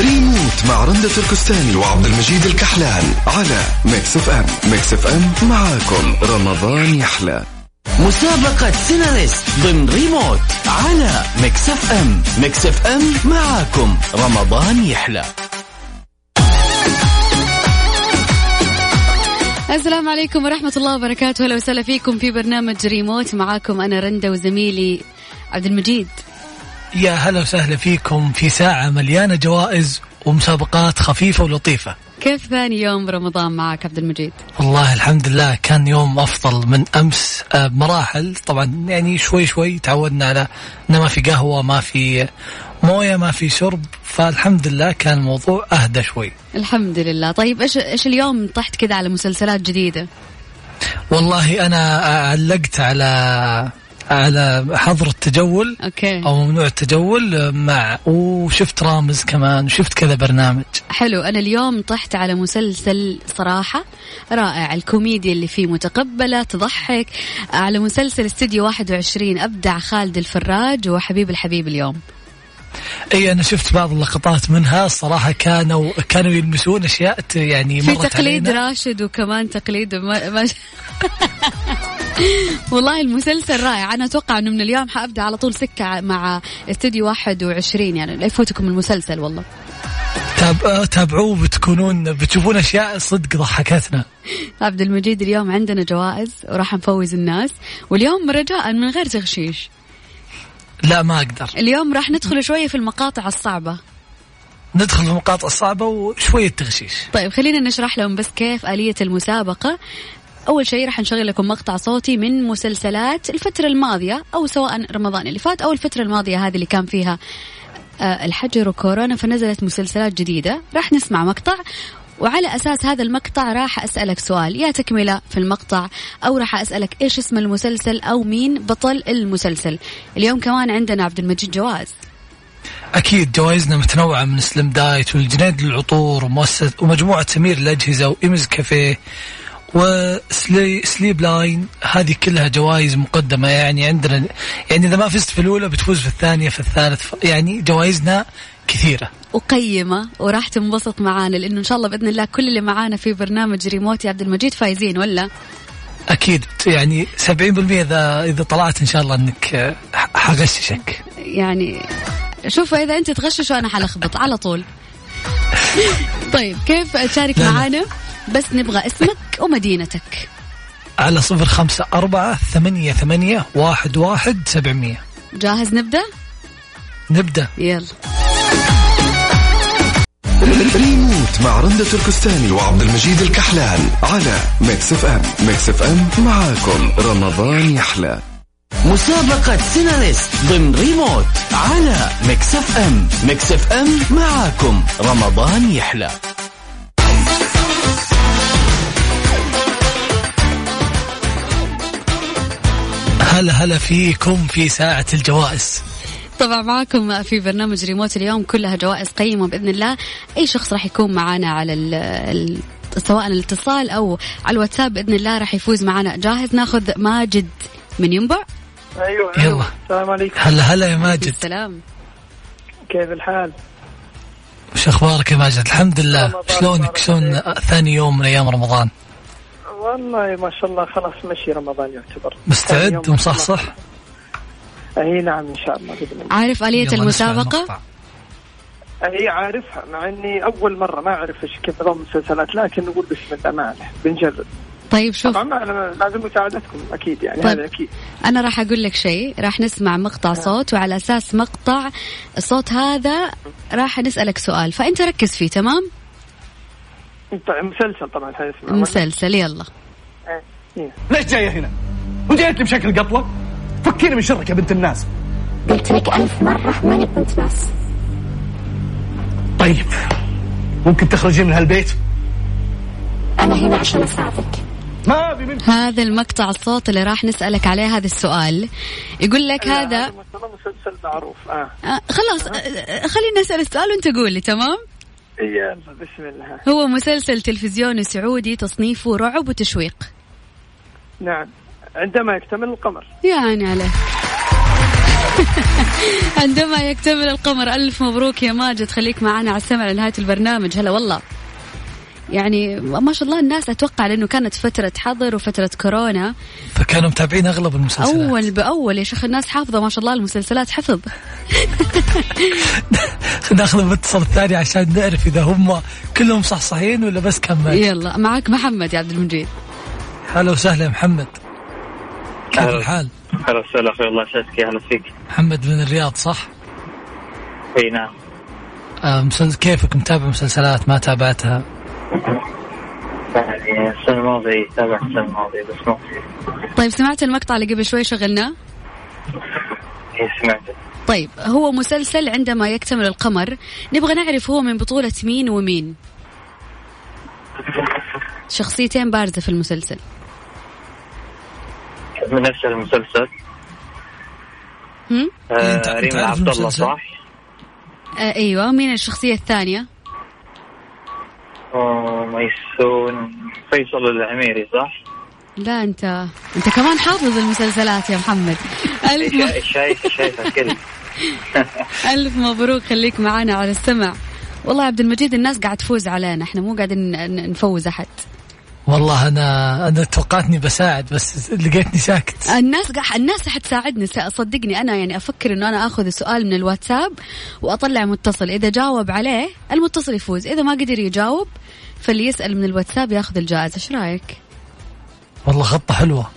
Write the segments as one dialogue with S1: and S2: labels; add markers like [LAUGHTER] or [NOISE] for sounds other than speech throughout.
S1: ريموت مع رندة تركستاني وعبد المجيد الكحلان على ميكس اف ام ميكس اف ام معاكم رمضان يحلى
S2: مسابقة سيناريست ضمن ريموت على ميكس اف ام ميكس اف ام معاكم رمضان يحلى
S3: السلام عليكم ورحمة الله وبركاته أهلا وسهلا فيكم في برنامج ريموت معاكم أنا رندة وزميلي عبد المجيد
S4: يا هلا وسهلا فيكم في ساعة مليانة جوائز ومسابقات خفيفة ولطيفة
S3: كيف ثاني يوم رمضان معك عبد المجيد
S4: والله الحمد لله كان يوم أفضل من أمس آه، بمراحل طبعا يعني شوي شوي تعودنا على أنه ما في قهوة ما في موية ما في شرب فالحمد لله كان الموضوع أهدى شوي
S3: الحمد لله طيب إيش إيش اليوم طحت كذا على مسلسلات جديدة
S4: والله أنا علقت على على حظر التجول
S3: أوكي
S4: أو ممنوع التجول آه، مع وشفت رامز كمان وشفت كذا برنامج
S3: حلو أنا اليوم طحت على مسلسل صراحة رائع الكوميديا اللي فيه متقبلة تضحك على مسلسل استديو 21 أبدع خالد الفراج وحبيب الحبيب اليوم
S4: اي انا إيه، شفت بعض اللقطات منها الصراحه كانوا كانوا يلمسون اشياء ت- يعني
S3: في
S4: مرت
S3: تقليد
S4: علينا.
S3: راشد وكمان تقليد ما ما [LAUGHS] والله المسلسل رائع انا اتوقع انه من اليوم حابدا على طول سكه مع استديو 21 يعني لا يفوتكم المسلسل والله
S4: تاب... آه، تابعوه بتكونون بتشوفون اشياء صدق ضحكتنا
S3: عبد المجيد اليوم عندنا جوائز وراح نفوز الناس واليوم رجاء من غير تغشيش
S4: لا ما اقدر
S3: اليوم راح ندخل شويه في المقاطع الصعبه
S4: ندخل في المقاطع الصعبه وشويه تغشيش
S3: طيب خلينا نشرح لهم بس كيف آلية المسابقة أول شيء راح نشغل لكم مقطع صوتي من مسلسلات الفترة الماضية أو سواء رمضان اللي فات أو الفترة الماضية هذه اللي كان فيها آه، الحجر وكورونا فنزلت مسلسلات جديدة راح نسمع مقطع وعلى أساس هذا المقطع راح أسألك سؤال يا تكملة في المقطع أو راح أسألك إيش اسم المسلسل أو مين بطل المسلسل اليوم كمان عندنا عبد المجيد جواز
S4: اكيد جوائزنا متنوعه من سلم دايت والجنيد للعطور ومؤسسه ومجموعه سمير الاجهزه وايمز كافيه وسليب لاين هذه كلها جوائز مقدمه يعني عندنا يعني اذا ما فزت في الاولى بتفوز في الثانيه في الثالث ف- يعني جوائزنا كثيره
S3: وقيمة وراح تنبسط معانا لأنه إن شاء الله بإذن الله كل اللي معانا في برنامج ريموت يا عبد المجيد فايزين ولا
S4: اكيد يعني 70% اذا اذا طلعت ان شاء الله انك آه، ح- حغششك
S3: يعني شوفوا إذا أنت تغشش وأنا حلخبط على طول [LAUGHS] طيب كيف تشارك
S4: لا، لا.
S3: معانا بس نبغى اسمك ومدينتك
S4: على صفر خمسة أربعة ثمانية ثمانية واحد واحد سبعمية
S3: جاهز نبدأ؟
S4: نبدأ
S3: يلا
S1: ريموت مع رندة تركستاني وعبد المجيد الكحلان على ميكس اف ام ميكس اف ام معاكم رمضان يحلى
S2: مسابقة سيناريست ضمن ريموت على ميكس اف ام ميكس اف ام معاكم رمضان يحلى
S4: هلا هلا فيكم في ساعة الجوائز
S3: طبعا معاكم في برنامج ريموت اليوم كلها جوائز قيمة بإذن الله أي شخص راح يكون معانا على ال ال سواء الاتصال أو على الواتساب بإذن الله راح يفوز معانا جاهز ناخذ ماجد من ينبع
S5: ايوه
S4: يلا.
S5: أيوة. السلام عليكم
S4: هلا هلا يا ماجد
S3: السلام
S5: كيف الحال؟
S4: وش اخبارك يا ماجد الحمد لله
S5: رمضان
S4: شلونك
S5: مبارك
S4: شلون ثاني يوم من ايام رمضان
S5: والله ما شاء الله خلاص مشي رمضان يعتبر ثاني يوم
S4: مستعد
S5: ما
S4: ومصحصح
S5: شاء الله. اي نعم ان شاء الله باذن الله
S3: عارف آلية
S4: يلا نسمع
S3: المسابقة
S4: المقطع.
S5: اي عارفها مع اني اول مره ما اعرف ايش كيف نظام المسلسلات لكن نقول بسم الله ما عليه بنجرب
S3: طيب شوف
S5: طبعا ما أنا- لازم مساعدتكم اكيد يعني
S3: طيب.
S5: هذا اكيد
S3: أنا راح أقول لك شيء راح نسمع مقطع صوت وعلى أساس مقطع الصوت هذا راح نسألك سؤال فأنت ركز فيه تمام
S5: طيب، مسلسل طبعا حنسمع
S3: مسلسل يلا
S5: إيه. إيه.
S6: ليش جايه هنا؟ وجيت لي بشكل قطوه؟ فكيني من شرك يا بنت الناس.
S7: قلت لك ألف مرة ماني بنت ناس
S6: طيب ممكن تخرجي من هالبيت؟
S7: أنا هنا عشان أساعدك
S6: ما ابي منك
S3: هذا المقطع الصوت اللي راح نسألك عليه هذا السؤال يقول لك هذا
S5: ما شاء الله مسلسل معروف اه
S3: آه، خلاص آه، آه، خلينا نسأل السؤال وانت قول لي تمام
S5: يلا بسم الله
S3: هو مسلسل تلفزيوني سعودي تصنيفه رعب وتشويق
S5: نعم عندما يكتمل القمر
S3: يا عيني عليك [LAUGHS] عندما يكتمل القمر ألف مبروك يا ماجد خليك معنا على السمع لنهاية البرنامج هلا والله يعني ما شاء الله الناس أتوقع لأنه كانت فترة حظر وفترة كورونا
S4: فكانوا متابعين اغلب المسلسلات
S3: أول بأول يا شيخ الناس حافظة ما شاء الله المسلسلات حفظ
S4: ناخذ الاتصال الثاني عشان نعرف اذا هم كلهم صحصحين ولا بس كمل
S3: يلا معك محمد يا عبد المجيد
S4: هلا وسهلا يا محمد كيف
S8: أهلا.
S4: الحال؟
S8: هلا وسهلا اخوي الله يسعدك يا اهلا فيك
S4: محمد من الرياض صح؟
S8: اي نعم
S4: آه، مسلسل- كيفك متابع مسلسلات ما تابعتها؟
S8: يعني السنه الماضيه تابعت السنه الماضيه بس ما
S3: طيب سمعت المقطع اللي قبل شوي شغلناه
S8: هي سمعت
S3: طيب هو مسلسل عندما يكتمل القمر نبغى نعرف هو من بطولة مين ومين شخصيتين بارزة في المسلسل
S8: من نفس المسلسل
S3: هم؟
S8: آه،
S4: أنت- أنت
S8: ريما
S4: عارف
S8: عبد الله
S4: المسلسل؟
S8: صح؟
S3: آه أيوة مين الشخصية الثانية
S8: وميسون آه، فيصل العميري صح؟
S3: لا أنت أنت كمان حافظ المسلسلات يا محمد ألف, م...
S8: شا- شايف شايف الكل
S3: ألف مبروك خليك معنا على السمع والله يا عبد المجيد الناس قاعد تفوز علينا احنا مو قاعدين ن- ن- نفوز أحد
S4: والله انا انا توقعتني بساعد بس لقيتني ساكت
S3: الناس قاع... الناس حتساعدني س- صدقني انا يعني افكر انه انا اخذ السؤال من الواتساب واطلع متصل اذا جاوب عليه المتصل يفوز اذا ما قدر يجاوب فاللي يسال من الواتساب ياخذ الجائزه ايش رايك
S4: والله خطه حلوه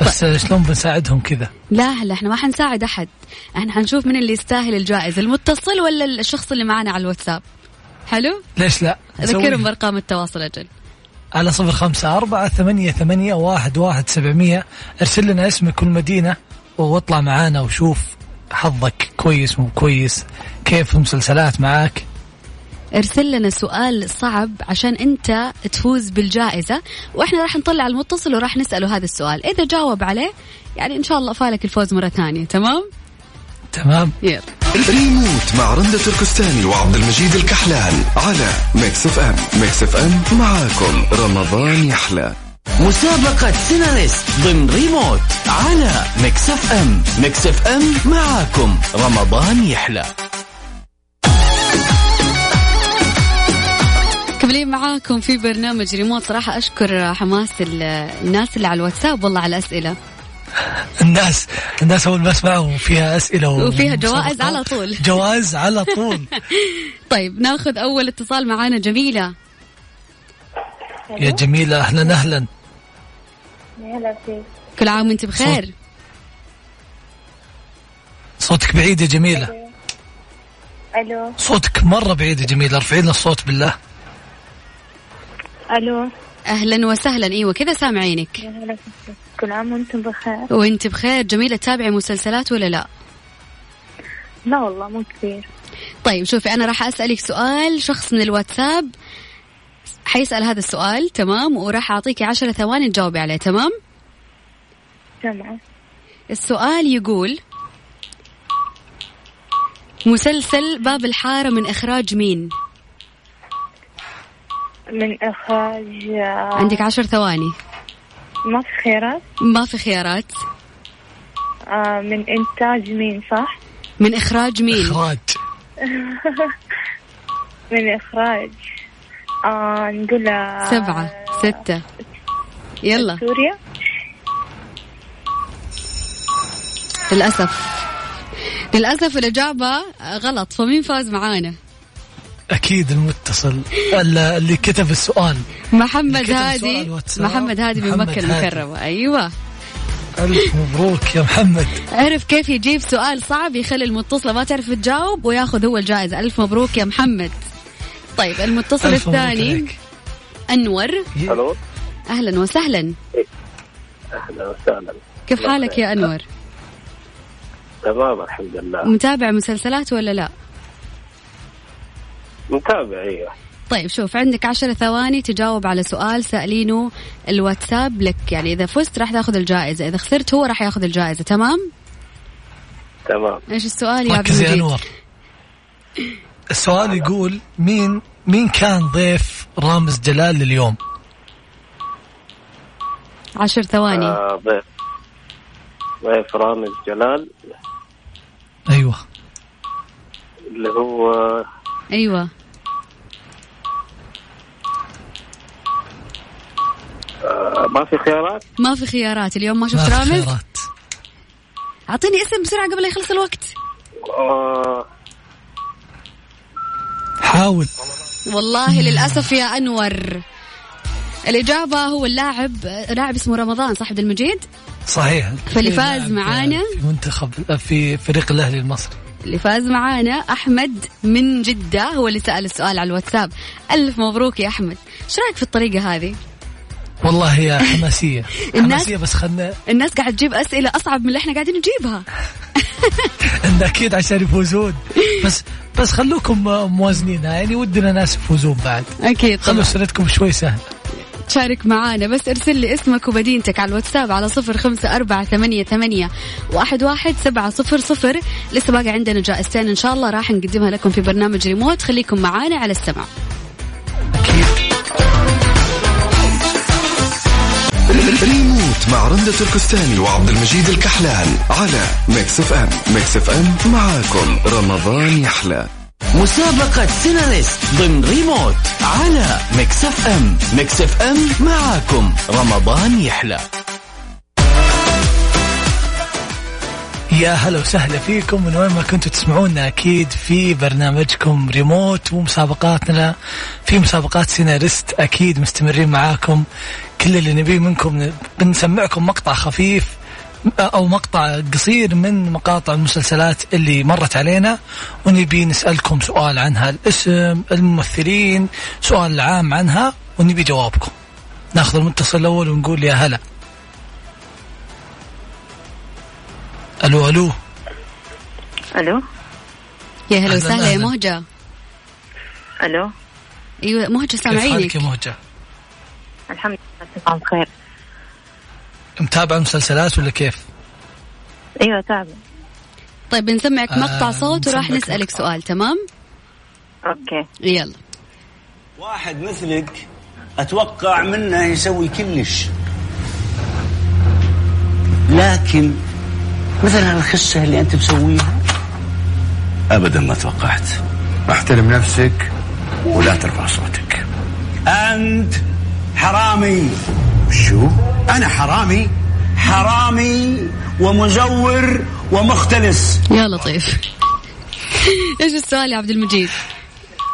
S4: بس شلون بنساعدهم كذا؟
S3: لا هلا احنا ما حنساعد احد احنا حنشوف من اللي يستاهل الجائزه المتصل ولا الشخص اللي معانا على الواتساب حلو
S4: ليش لا؟
S3: اذكرهم بارقام التواصل اجل
S4: على صفر خمسة أربعة ثمانية ثمانية واحد واحد سبعمية ارسل لنا اسمك والمدينة واطلع معانا وشوف حظك كويس مو كويس كيف المسلسلات معاك
S3: ارسل لنا سؤال صعب عشان انت تفوز بالجائزة واحنا راح نطلع المتصل وراح نسأله هذا السؤال اذا جاوب عليه يعني ان شاء الله فالك الفوز مرة ثانية تمام
S4: تمام
S3: يلا
S1: ريموت مع رندة تركستاني وعبد المجيد الكحلان على ميكس اف ام ميكس اف ام معاكم رمضان يحلى
S2: مسابقة سيناريست ضمن ريموت على ميكس اف ام ميكس اف ام معاكم رمضان يحلى
S3: كملين معاكم في برنامج ريموت صراحة اشكر حماس ال- الناس اللي على الواتساب والله على الاسئلة
S4: الناس الناس أول ما اسمعوا فيها أسئلة و-
S3: وفيها جوائز
S4: مسابقات.
S3: على طول.
S4: جوائز على
S3: [LAUGHS]
S4: طول
S3: طيب ناخذ اول اتصال معانا جميلة
S4: يا جميلة أهلا أهلا
S7: هلا فيك
S3: كل عام وانت بخير
S4: صوتك بعيد يا جميلة
S7: الو
S4: صوتك مرة بعيد يا جميلة ارفعي لنا الصوت بالله
S7: الو
S3: اهلا وسهلا ايوه كذا سامعينك
S7: هلا فيك كل عام وانتم بخير
S3: وانت بخير جميلة تتابعي مسلسلات ولا لا
S7: لا والله مو كثير
S3: طيب شوفي أنا راح أسألك سؤال شخص من الواتساب حيسأل هذا السؤال تمام وراح أعطيكي عشرة ثواني تجاوبي عليه تمام
S7: سمعة
S3: السؤال يقول مسلسل باب الحارة من إخراج مين
S7: من اخراج آه،
S3: عندك عشر ثواني
S7: ما في خيرات
S3: ما في خيارات
S7: آه، من انتاج مين صح؟
S3: من إخراج مين
S4: إخراج
S7: من اخراج آه نقول آه،
S3: سبعة ستة يلا
S7: سوريا
S3: للأسف للأسف الإجابة غلط فمين فاز معانا
S4: أكيد المتصل اللي اللي كتب السؤال
S3: محمد
S4: كتب
S3: هادي
S4: سؤال واتساب.
S3: محمد هادي من
S4: محمد
S3: مكة
S4: هادي.
S3: المكرمة أيوة
S4: ألف مبروك يا محمد
S3: عرف كيف يجيب سؤال صعب يخلي المتصلة ما تعرف تجاوب وياخذ هو الجائزة ألف مبروك يا محمد طيب المتصل
S4: ألف مبروك
S3: الثاني
S4: عليك.
S3: أنور
S8: الو
S3: أهلا وسهلا
S8: اهلا وسهلا
S3: كيف حالك يا أنور
S8: تمام الحمد لله
S3: متابع مسلسلات ولا لا
S8: متابع ايوه
S3: طيب شوف عندك عشر ثواني تجاوب على سؤال سألينه الواتساب لك يعني إذا فزت راح تاخذ الجائزة إذا خسرت هو راح ياخذ الجائزة تمام
S8: تمام
S3: إيش السؤال يا عبد
S4: ركز يا
S3: المجيد
S4: انور السؤال يقول مين مين كان ضيف رامز جلال لليوم؟
S3: عشر ثواني
S8: آه، ضيف ضيف رامز جلال
S4: أيوة.
S8: اللي هو
S3: ايوه
S8: آه، ما في خيارات
S3: ما في خيارات اليوم ما
S4: ما
S3: شفت
S4: في
S3: رامز
S4: خيارات.
S3: اعطيني اسم بسرعه قبل لا يخلص الوقت
S8: آه،
S4: حاول
S3: والله للاسف يا انور الإجابة هو اللاعب لاعب اسمه رمضان صح عبد المجيد
S4: صحيح
S3: فاللي فاز
S4: لاعب
S3: معانا؟
S4: في منتخب في فريق الاهلي المصري
S3: اللي فاز معانا أحمد من جدة هو اللي سأل السؤال على الواتساب ألف مبروك يا أحمد شو رأيك في الطريقة هذه
S4: والله
S3: [LAUGHS]
S4: هي حماسيه
S3: الناس-
S4: حماسيه بس خلنا
S3: الناس قاعد تجيب أسئلة أصعب من اللي احنا قاعدين نجيبها
S4: إن اكيد عشان يفوزون بس بس خلوكم موازنينها يعني ودنا ناس يفوزون بعد
S3: أكيد
S4: خلوا
S3: طبعا
S4: سنتكم شوي سهله
S3: تشارك معانا بس ارسل لي اسمك ومدينتك على الواتساب على صفر خمسة أربعة ثمانية, ثمانية واحد, واحد سبعة صفر صفر لسه باقي عندنا جائزتين إن شاء الله راح نقدمها لكم في برنامج ريموت خليكم معانا على السمع
S1: ريموت مع رندة تركستاني وعبد المجيد الكحلان على ميكس اف ام ميكس اف ام معاكم رمضان يحلى
S2: مسابقة سيناليست ضمن ريموت على ميكس اف ام ميكس اف ام معاكم رمضان يحلى
S4: يا هلا وسهلا فيكم من وين ما كنتوا تسمعونا اكيد في برنامجكم ريموت ومسابقاتنا في مسابقات سيناريست اكيد مستمرين معاكم كل اللي نبيه منكم بنسمعكم مقطع خفيف او مقطع قصير من مقاطع المسلسلات اللي مرت علينا ونبي نسالكم سؤال عنها الاسم الممثلين سؤال عام عنها ونبي جوابكم ناخذ المتصل الاول ونقول يا هلا الو الو
S7: الو
S3: يا هلا
S4: أهلاً
S3: وسهلا يا
S4: أهلاً.
S3: مهجة
S7: الو
S3: أيوة مهجة
S4: كيف حالك
S3: سامعينك
S4: يا مهجه؟
S7: الحمد لله تمام بخير
S4: متابع مسلسلات ولا كيف؟
S7: ايوه تعب
S3: طيب بنسمعك
S4: آه،
S3: مقطع صوت وراح
S4: بنسمعك
S3: نسألك
S4: مقطع.
S3: سؤال تمام
S7: اوكي
S3: يلا
S9: واحد مثلك اتوقع منه يسوي كلش لكن مثل هالخسه اللي انت مسويها ابدا ما توقعت احترم نفسك ولا ترفع صوتك انت حرامي شو انا حرامي حرامي ومزور ومختلس
S3: يا [LAUGHS] لطيف ايش طيب. السؤال يا عبد المجيد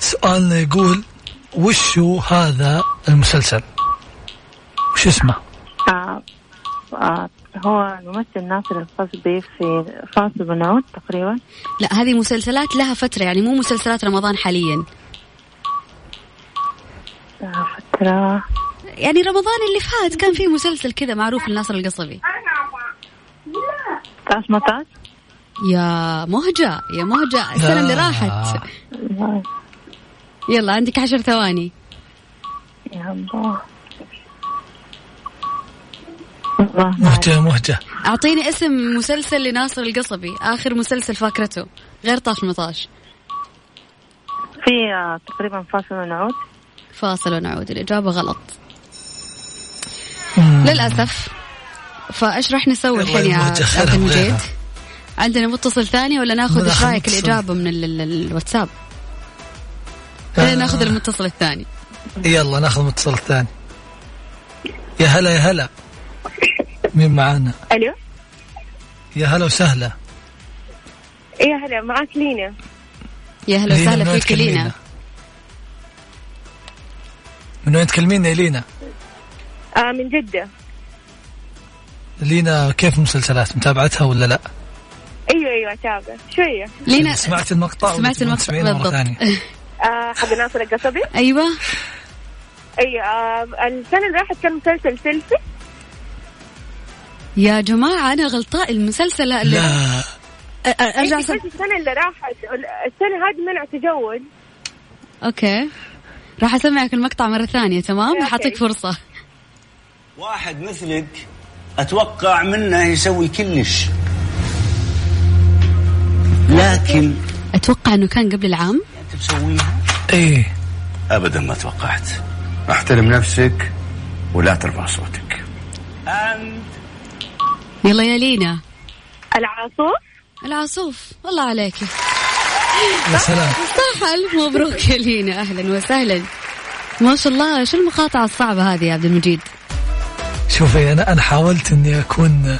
S4: سؤالنا يقول وش هو هذا المسلسل؟ وش اسمه؟
S7: آه آه هو الممثل ناصر القصبي في فاصل بنعود تقريبا
S3: لا هذه مسلسلات لها فترة يعني مو مسلسلات رمضان حاليا
S7: آه فترة
S3: يعني رمضان اللي فات كان فيه مسلسل كذا معروف لناصر القصبي
S7: 19 18
S3: يا مهجة يا مهجة السنة اللي
S4: آه.
S3: راحت يلا عندك عشر ثواني
S7: يا الله الله ما
S4: مهجه مهجه
S3: أعطيني اسم مسلسل لناصر القصبي آخر مسلسل فاكرته غير طاش مطاش
S7: أعرف. في آه تقريبا فاصل ونعود
S3: فاصل ونعود الإجابة غلط
S4: مم.
S3: للأسف فايش راح نسوي
S4: آه. يلا
S3: الحين يا
S4: المرجع خير
S3: عبد المجيد؟
S4: عليها.
S3: عندنا متصل ثاني ولا ناخذ ايش
S4: ناخذ
S3: رايك
S4: متصل.
S3: الاجابه من ال- ال- الواتساب؟
S4: آه.
S3: خلينا ناخذ المتصل الثاني
S4: يلا ناخذ المتصل الثاني يا هلا يا هلا مين معانا؟
S7: الو
S4: يا هلا وسهلا
S7: يا إيه، هلا معك لينا
S3: يا اهلا
S4: لينا،
S3: وسهلا
S4: من وين
S3: فيك لينا
S4: تكلمينا؟ من وين تكلمينا يا لينا؟
S7: آه من جدة
S4: لينا كيف المسلسلات متابعتها ولا لا؟
S7: ايوه ايوه تابع شوية
S3: لينا
S4: سمعت المقطع ولا
S3: سمعت
S4: تبغين
S3: المقطع
S4: تسمعينه مرة ثانية؟ [LAUGHS]
S3: بالضبط
S7: آه حق ناصر القصبي
S3: ايوه
S7: ايوه آه السنة اللي راحت كان مسلسل سيلفي
S3: يا جماعه انا غلطاء المسلسل اللي
S4: لا
S3: أ- أ- ارجع
S7: إنتي
S3: أسم-
S7: قلتي إيه، السنة اللي راحت السنة هذه منع تجول
S3: اوكي راح اسمعك المقطع مره ثانيه تمام؟ راح اعطيك فرصه
S9: واحد مثلك اتوقع منه يسوي كلش لكن
S3: اتوقع انه كان قبل العام
S9: انت مسويها
S4: ايه
S9: ابدا ما توقعت
S1: احترم نفسك ولا ترفع صوتك
S9: انت
S3: يلا يا لينا
S7: العاصوف
S3: العاصوف والله عليك
S4: يا سلام
S3: صح ألف مبروك يا لينا أهلا وسهلا ما شاء الله شو المقاطعة الصعبة هذه يا عبد المجيد
S4: شوفي انا انا حاولت اني اكون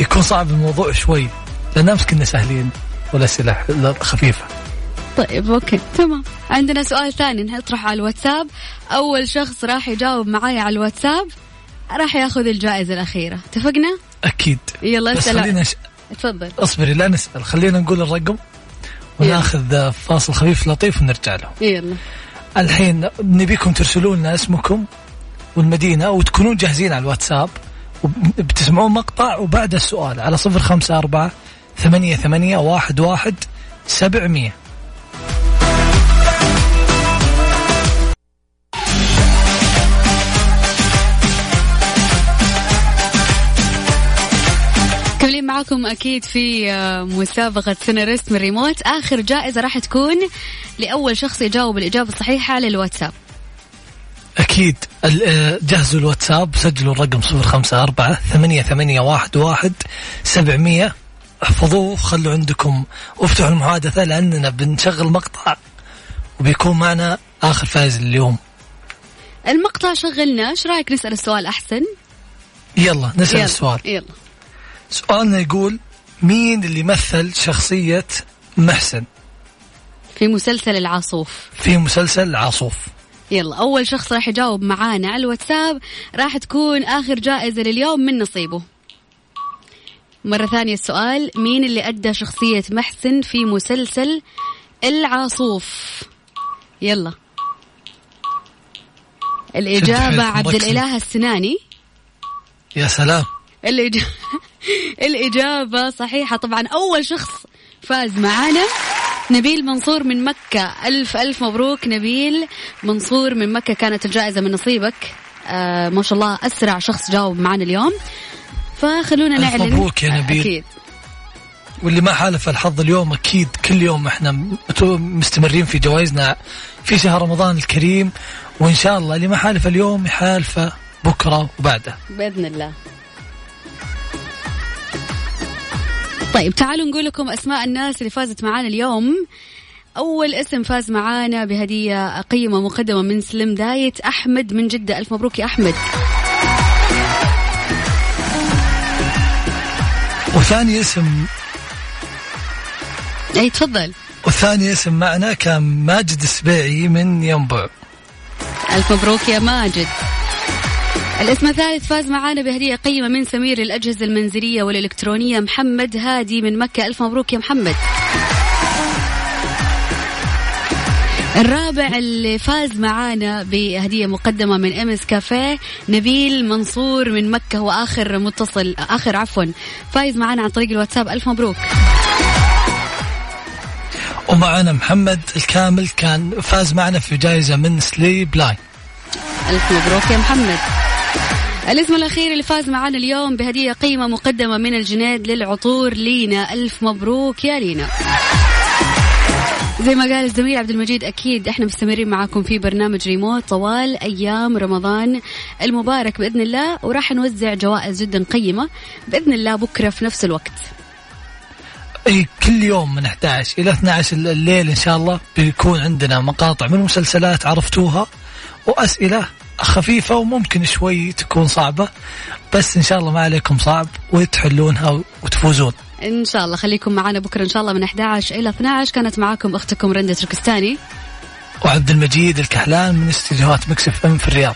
S4: يكون صعب الموضوع شوي لان امس كنا سهلين والاسئله خفيفه
S3: طيب اوكي تمام عندنا سؤال ثاني نطرحه على الواتساب اول شخص راح يجاوب معايا على الواتساب راح ياخذ الجائزه الاخيره اتفقنا
S4: اكيد
S3: يلا
S4: بس
S3: سلام.
S4: خلينا ش...
S3: اتفضل
S4: اصبري لا نسال خلينا نقول الرقم وناخذ فاصل خفيف لطيف ونرجع له
S3: يلا
S4: الحين نبيكم ترسلوا لنا اسمكم والمدينة وتكونون جاهزين على الواتساب وبتسمعون مقطع وبعد السؤال على صفر خمسة أربعة ثمانية ثمانية واحد واحد سبعمية
S3: كملين معاكم اكيد في آه، مسابقه سيناريست من ريموت اخر جائزه راح تكون لاول شخص يجاوب الاجابه الصحيحه على الواتساب
S4: أكيد ال- آه، جهزوا الواتساب سجلوا الرقم صفر خمسة أربعة ثمانية ثمانية واحد واحد سبعمية احفظوه خلوا عندكم وافتحوا المحادثة لأننا بنشغل مقطع وبيكون معنا آخر فائز اليوم
S3: المقطع شغلنا ايش رايك نسال السؤال احسن
S4: يلا نسأل
S3: يلا،
S4: السؤال
S3: يلا
S4: سؤالنا يقول مين اللي مثل شخصية محسن
S3: في مسلسل العاصوف
S4: في مسلسل عاصوف
S3: يلا اول شخص راح يجاوب معانا على الواتساب راح تكون اخر جائزه لليوم من نصيبه مرة ثانية السؤال مين اللي أدى شخصية محسن في مسلسل العاصوف يلا الإجابة
S4: حيلكم،
S3: عبد
S4: ركزوا.
S3: الإله السناني
S4: يا سلام
S3: الإج... [LAUGHS] الإجابة صحيحة طبعا أول شخص فاز معانا نبيل منصور من مكة ألف ألف مبروك نبيل منصور من مكة كانت الجائزة من نصيبك آه ما شاء الله أسرع شخص جاوب معانا اليوم فخلونا
S4: ألف
S3: نعلن
S4: مبروك يا نبيل.
S3: أكيد
S4: واللي ما حالف الحظ اليوم أكيد كل يوم احنا مت- مستمرين في جوائزنا في شهر رمضان الكريم وإن شاء الله اللي ما حالف اليوم يحالفه بكرة وبعده
S3: بإذن الله طيب تعالوا نقول لكم أسماء الناس اللي فازت معانا اليوم أول اسم فاز معانا بهدية قيمة مقدمة من سلم دايت أحمد من جدة ألف مبروك يا أحمد
S4: وثاني اسم
S3: أي تفضل
S4: وثاني اسم معنا كان ماجد السبيعي من ينبع
S3: ألف مبروك يا ماجد الاسم الثالث فاز معانا بهدية قيمة من سمير للأجهزة المنزلية والإلكترونية محمد هادي من مكة ألف مبروك يا محمد الرابع اللي فاز معانا بهدية مقدمة من ام اس كافيه نبيل منصور من مكة هو آخر متصل آخر عفوا فايز معانا عن طريق الواتساب ألف مبروك
S4: ومعنا محمد الكامل كان فاز معنا في جائزة من سليب لاين
S3: ألف مبروك يا محمد الاسم الأخير اللي فاز معانا اليوم بهدية قيمة مقدمة من الجنيد للعطور لينا ألف مبروك يا لينا زي ما قال الزميل عبد المجيد أكيد احنا مستمرين معاكم في برنامج ريموت طوال أيام رمضان المبارك بإذن الله وراح نوزع جوائز جدا قيمة بإذن الله بكرة في نفس الوقت
S4: اي إيه، كل يوم من 11 الى 12 الليل ان شاء الله بيكون عندنا مقاطع من مسلسلات عرفتوها واسئله خفيفه وممكن شوي تكون صعبه بس ان شاء الله ما عليكم صعب وتحلونها وتفوزون
S3: إن شاء الله خليكم معنا بكرة إن شاء الله من 11 إلى 12 كانت معاكم أختكم رندة تركستاني
S4: وعبد المجيد الكحلان من استديوهات مكسف ام في الرياض